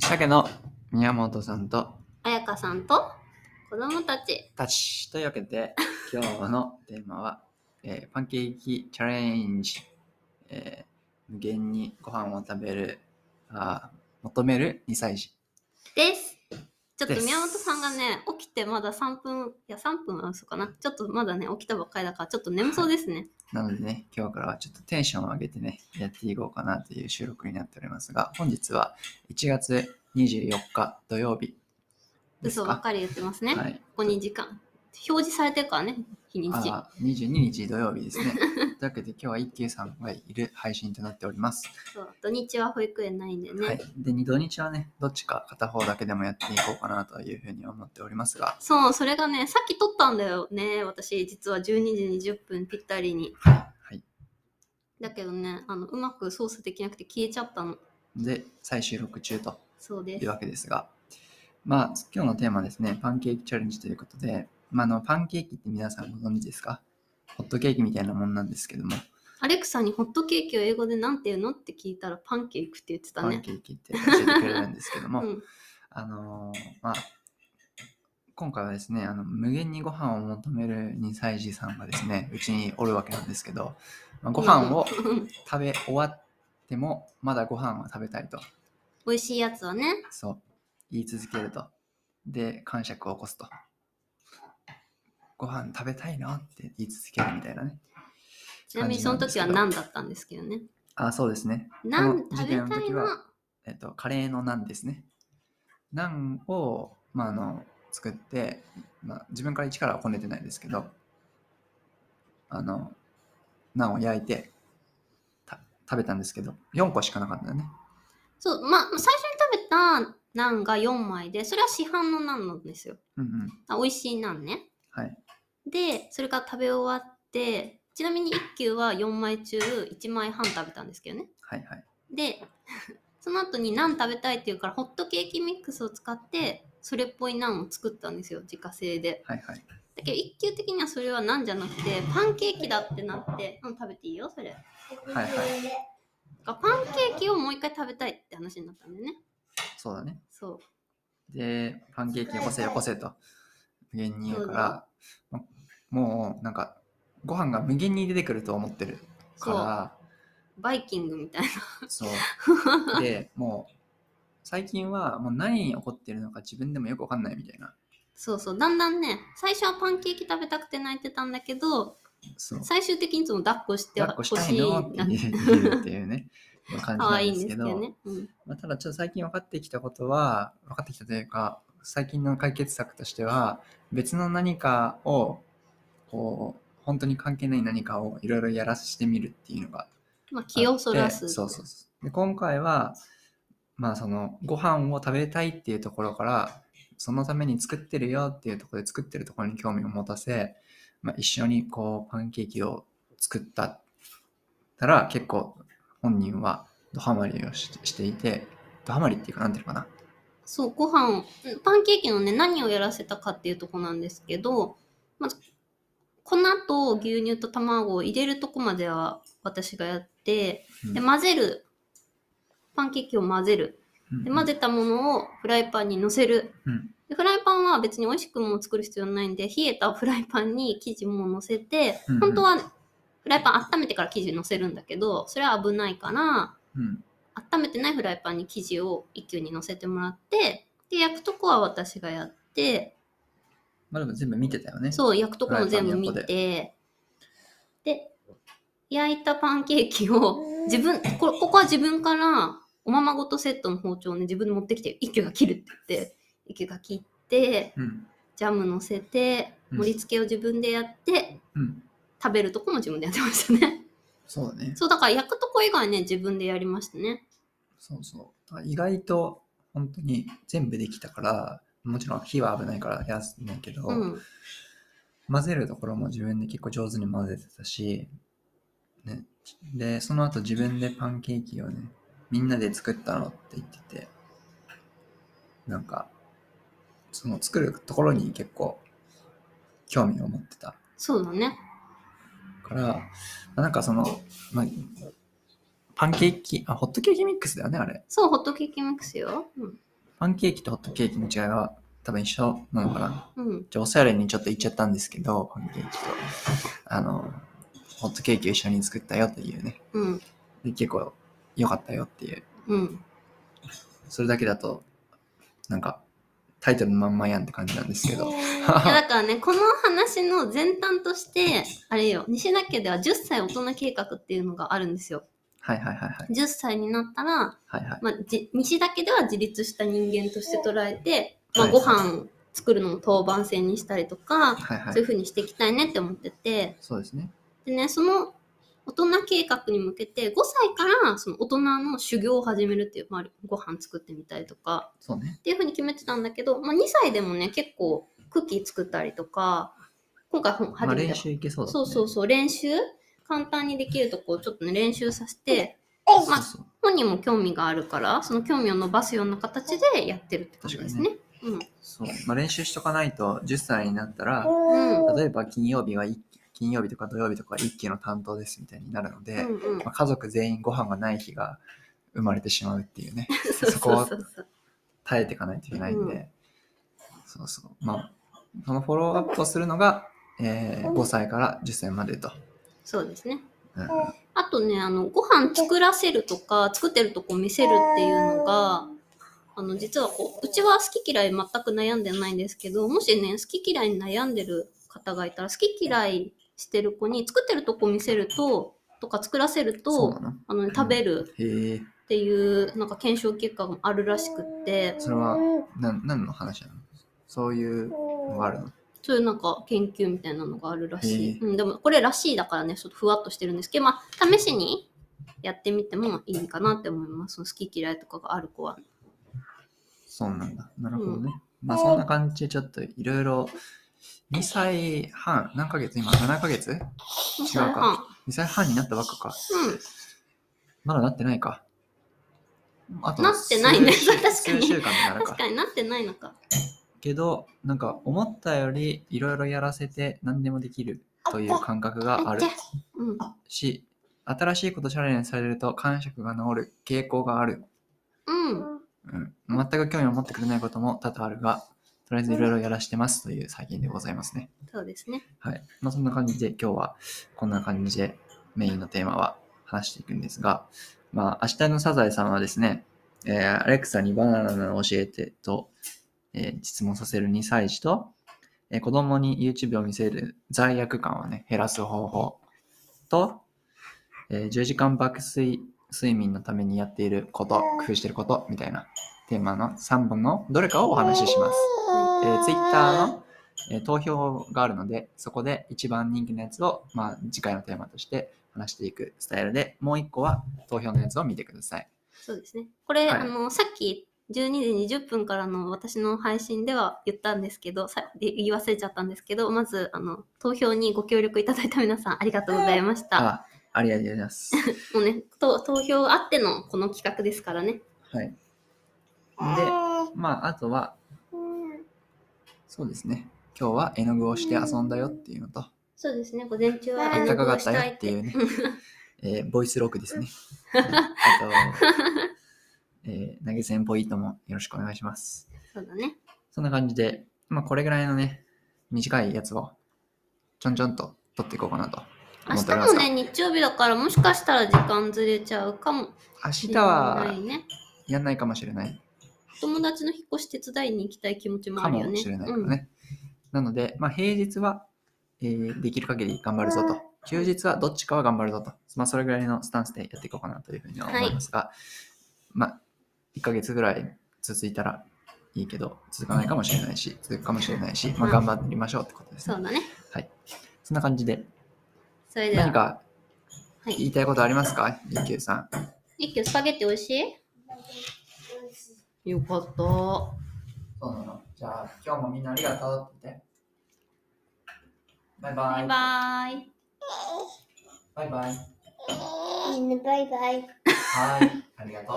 鮭の宮本さんと彩香さんと子供たちたちというわけ で今日のテーマは、えーパンケーキチャレンジ、えー無限にご飯を食べるあー求める2歳児です。ちょっでとす宮本さんがね、起きてまだ3分、いや3分は嘘かな。ちょっとまだね、起きたばっかりだから、ちょっと眠そうですね。なのでね今日からはちょっとテンションを上げてねやっていこうかなという収録になっておりますが本日は1月24日土曜日です嘘ばっかかり言ってますね。はいここに時間。表示されてるからね、日にち。あー22日土曜日です ねというわけで今日は一休さんがいる配信となっておりますそう土日は保育園ないんでね。はい、で二土日はねどっちか片方だけでもやっていこうかなというふうに思っておりますがそう、それがね、さっき撮ったんだよね、私、実は12時20分ぴったりに。はいだけどね、あのうまく操作できなくて消えちゃったの。で再収録中とそうでいすう。わけですがまあ今日のテーマはですねパンケーキチャレンジということで、まあ、あのパンケーキって皆さんご存知ですかホットケーキみたいなもんなんですけども、アレクサにホットケーキを英語でなんて言うのって聞いたらパンケーキって言ってたパンね。ケーキって教えてくれるんですけどうも、ん、あのーまあ今回はですねあの無限にご飯を求める2歳児さんがですねうちにおるわけなんですけど、まあ、ご飯をうん食べ終わってもまだご飯は食べたいと美味しいやつはね。そう言い続けるとで感触を起こすとご飯食べたいなって言い続けるみたいなねちなみにその時は感じなん何だったんですけどね。あそうですねナこンの食事べ件のたい時なは。えっとカレーのナンですねナンを、まあ、あの作って、まあ、自分から一からはこねてないですけどあのナンを焼いてた食べたんですけど4個しかなかったよねそう、まあ、最初に食べたナンが4枚で、それは市販のナンなんですよ。うんうんあ美味しいナンね。はいで、それから食べ終わって、ちなみに1級は4枚中1枚半食べたんですけどね。はいはいで、 その後にナン食べたいっていうから、ホットケーキミックスを使って、それっぽいナンを作ったんですよ、自家製で。はいはいだけど一級的にはそれはなんじゃなくてパンケーキだってなって、うん、食べていいよそれはいはいがパンケーキをもう一回食べたいって話になったんだよねそうだねそうで、パンケーキよこせよこせと無限に言うから、まもうなんかご飯が無限に出てくると思ってるそうかバイキングみたいなら、そう。 で、もう最近はもう何に起こってるのか自分でもよくわかんないみたいな。そうそうだんだんね最初はパンケーキ食べたくて泣いてたんだけどそう。最終的にいつも抱っこして抱っほこししたいのっていな言うっていう ね、感じ可なん愛いでんすでけすけどど、ね、うん、まあ、ただちょっと最近分かってきたことは分かってきたというか最近の解決策としては別の何かをこう本当に関係ない何かをいろいろやらしてみるっていうのがあってまあ気をそらすそうそうそうで今回はまあそのご飯を食べたいっていうところからそのために作ってるよっていうところで作ってるところに興味を持たせ、まあ、一緒にこうパンケーキを作ったたら結構本人はドハマりをししていてドハマりっていうかなんていうのかなそう、ご飯を、うんパンケーキのね、何をやらせたかっていうとこなんですけど、まず、粉と牛乳と卵を入れるとこまでは私がやって、うで、ん混ぜる。パンケーキを混ぜる。うんで、混ぜたものをフライパンに乗せる。うんでフライパンは別に美味しくも作る必要ないんで、冷えたフライパンに生地も乗せてうんうん、本当はフライパン温めてから生地乗せるんだけど、それは危ないから、うん温めてないフライパンに生地を一級に乗せてもらってで焼くとこは私がやってまあでも全部見てたよねそう焼くとこも全部見フライてで焼いたパンケーキを自分こここは自分からおままごとセットの包丁をね自分で持ってきて一級が切るって言って一級が切ってうんジャム乗せてうん盛り付けを自分でやって、うん食べるとこも自分でやってました ねそうだねそうだから焼くとこ以外ね自分でやりましたねそうそう。だから意外と本当に全部できたから、もちろん火は危ないからやらないけど、うん混ぜるところも自分で結構上手に混ぜてたし、ね、で、その後自分でパンケーキをね、みんなで作ったのって言ってて、なんか、その作るところに結構興味を持ってた。そうだねから、なんかその、まあ、パンケーキ、あ、ホットケーキミックスだよね、あれ。そうホットケーキミックスよ、うんパンケーキとホットケーキの違いは多分一緒なのかな。うん。じゃあおしゃれにちょっと行っちゃったんですけど、パンケーキと、あの、ホットケーキを一緒に作ったよというね。うん。で結構良かったよっていう。うん。それだけだと、なんか、タイトルのまんまやんって感じなんですけど。いやだからね、この話の前端として、あれよ、西田家では10歳大人計画っていうのがあるんですよ。はいはいはいはい。 10歳になったら、はいはい。まあ、じ西田家では自立した人間として捉えて、まあ、はいご飯作るのも当番制にしたりとか、はいはそういい。う風にしていきたいねって思っててそうですね。でねその大人計画に向けて5歳からその大人の修行を始めるっていう、まあ、ご飯作ってみたりとかそうねっ。ていう風に決めてたんだけど、まあ、2歳でもね結構クッキー作ったりとか今回ほんま初あめて、練習いけそうだ、ね。そうそうそう練習簡単にできるとこをちょっとね練習させてそうまあそう本人も興味があるからその興味を伸ばすような形でやってるって感じですね。うんそうまあ、練習しとかないと10歳になったら例えば金曜日は一金曜日とか土曜日とか一期の担当ですみたいになるので、うんうんまあ、家族全員ご飯がない日が生まれてしまうっていうね そうそこそうはそうそう耐えていかないといけないんで、うんそうそうまあそのフォローアップをするのが、えー5歳から10歳までと、そうですね。うんあとねあのご飯作らせるとか作ってるとこ見せるっていうのがあの実はこううちは好き嫌い全く悩んでないんですけどもしね好き嫌いに悩んでる方がいたら好き嫌いしてる子に作ってるとこ見せるととか作らせるそうとなのあの、ね、食べるへえっていうなんか検証結果があるらしくってそれはなん何の話なのそういうのがあるのそういうなんか研究みたいなのがあるらしい。へえうん、でもこれらしいだからね、ちょっとふわっとしてるんですけど、まあ、試しにやってみてもいいかなって思います。その好き嫌いとかがある子は。そうなんだなるほどね、まあそんな感じでちょっといろいろ2歳半何ヶ月今7ヶ月うか2歳半2歳半になったばっかかまだなってないか。あなってないね数 確かに数週間になうん。るか確。かになってないのか。けど、なんか思ったよりいろいろやらせて何でもできるという感覚があるうん。し、新しいことチャレンジされると感触が治る傾向がある。うん。うん。全く興味を持ってくれないことも多々あるが、とりあえずいろいろやらしてますという最近でございますね。そうですね。はい。まあそんな感じで今日はこんな感じでメインのテーマは話していくんですが、まあ明日のサザエさんはですね、えーアレクサにバナナを教えてと、えー質問させる2歳児と、えー子供に YouTube を見せる罪悪感をね、減らす方法と、えー10時間爆睡睡眠のためにやっていること、工夫していることみたいなテーマの3本のどれかをお話しします。えー、Twitter の、えー投票があるので、そこで一番人気のやつを、まあ、次回のテーマとして話していくスタイルで、もう一個は投票のやつを見てください。そうですね。これ、はいあの、さっき12時20分からの私の配信では言ったんですけど、さ言い忘れちゃったんですけど、まず、あの、投票にご協力いただいた皆さんありがとうございました。あ、ありがとうございます。もうね、と投票あってのこの企画ですからね。はい。で、まあ、あとは、そうですね。今日は絵の具をして遊んだよっていうのと、そうですね、午前中はあ絵ったの具かかをっしたよたいっってて。いうね、えーボイスロックですね。あと、えー投げ銭ポイントもよろしくお願いします。そうだね。そんな感じで、まあ、これぐらいのね、短いやつを、ちょんちょんと撮っていこうかなと明思っ日ておりますもが。ね、日曜日だから、もしかしたら時間ずれちゃうかも明し日れなはいね。やんないかもしれない。友達の引っ越し手伝いに行きたい気持ちもかあるよね。もしれないけどね。なので、まあ、平日は、えーできる限り頑張るぞと。休日はどっちかは頑張るぞと。まあ、それぐらいのスタンスでやっていこうかなというふうには思いますが、まあ、1ヶ月ぐらい続いたらいいけど、続かないかもしれないし、続くかもしれないし、まあ、は頑い張りましょうってことでうん。すね。そうだね。そんな感じで、それで何は、かはい言いたいことありますか、一休さん。一休スパゲッティ美味しいよかった。そうなの。じゃあ、今日もみんなありがとうって言って。バイババイ。イバーイ。バイバイ。 Bye bye. はい。ありがとう。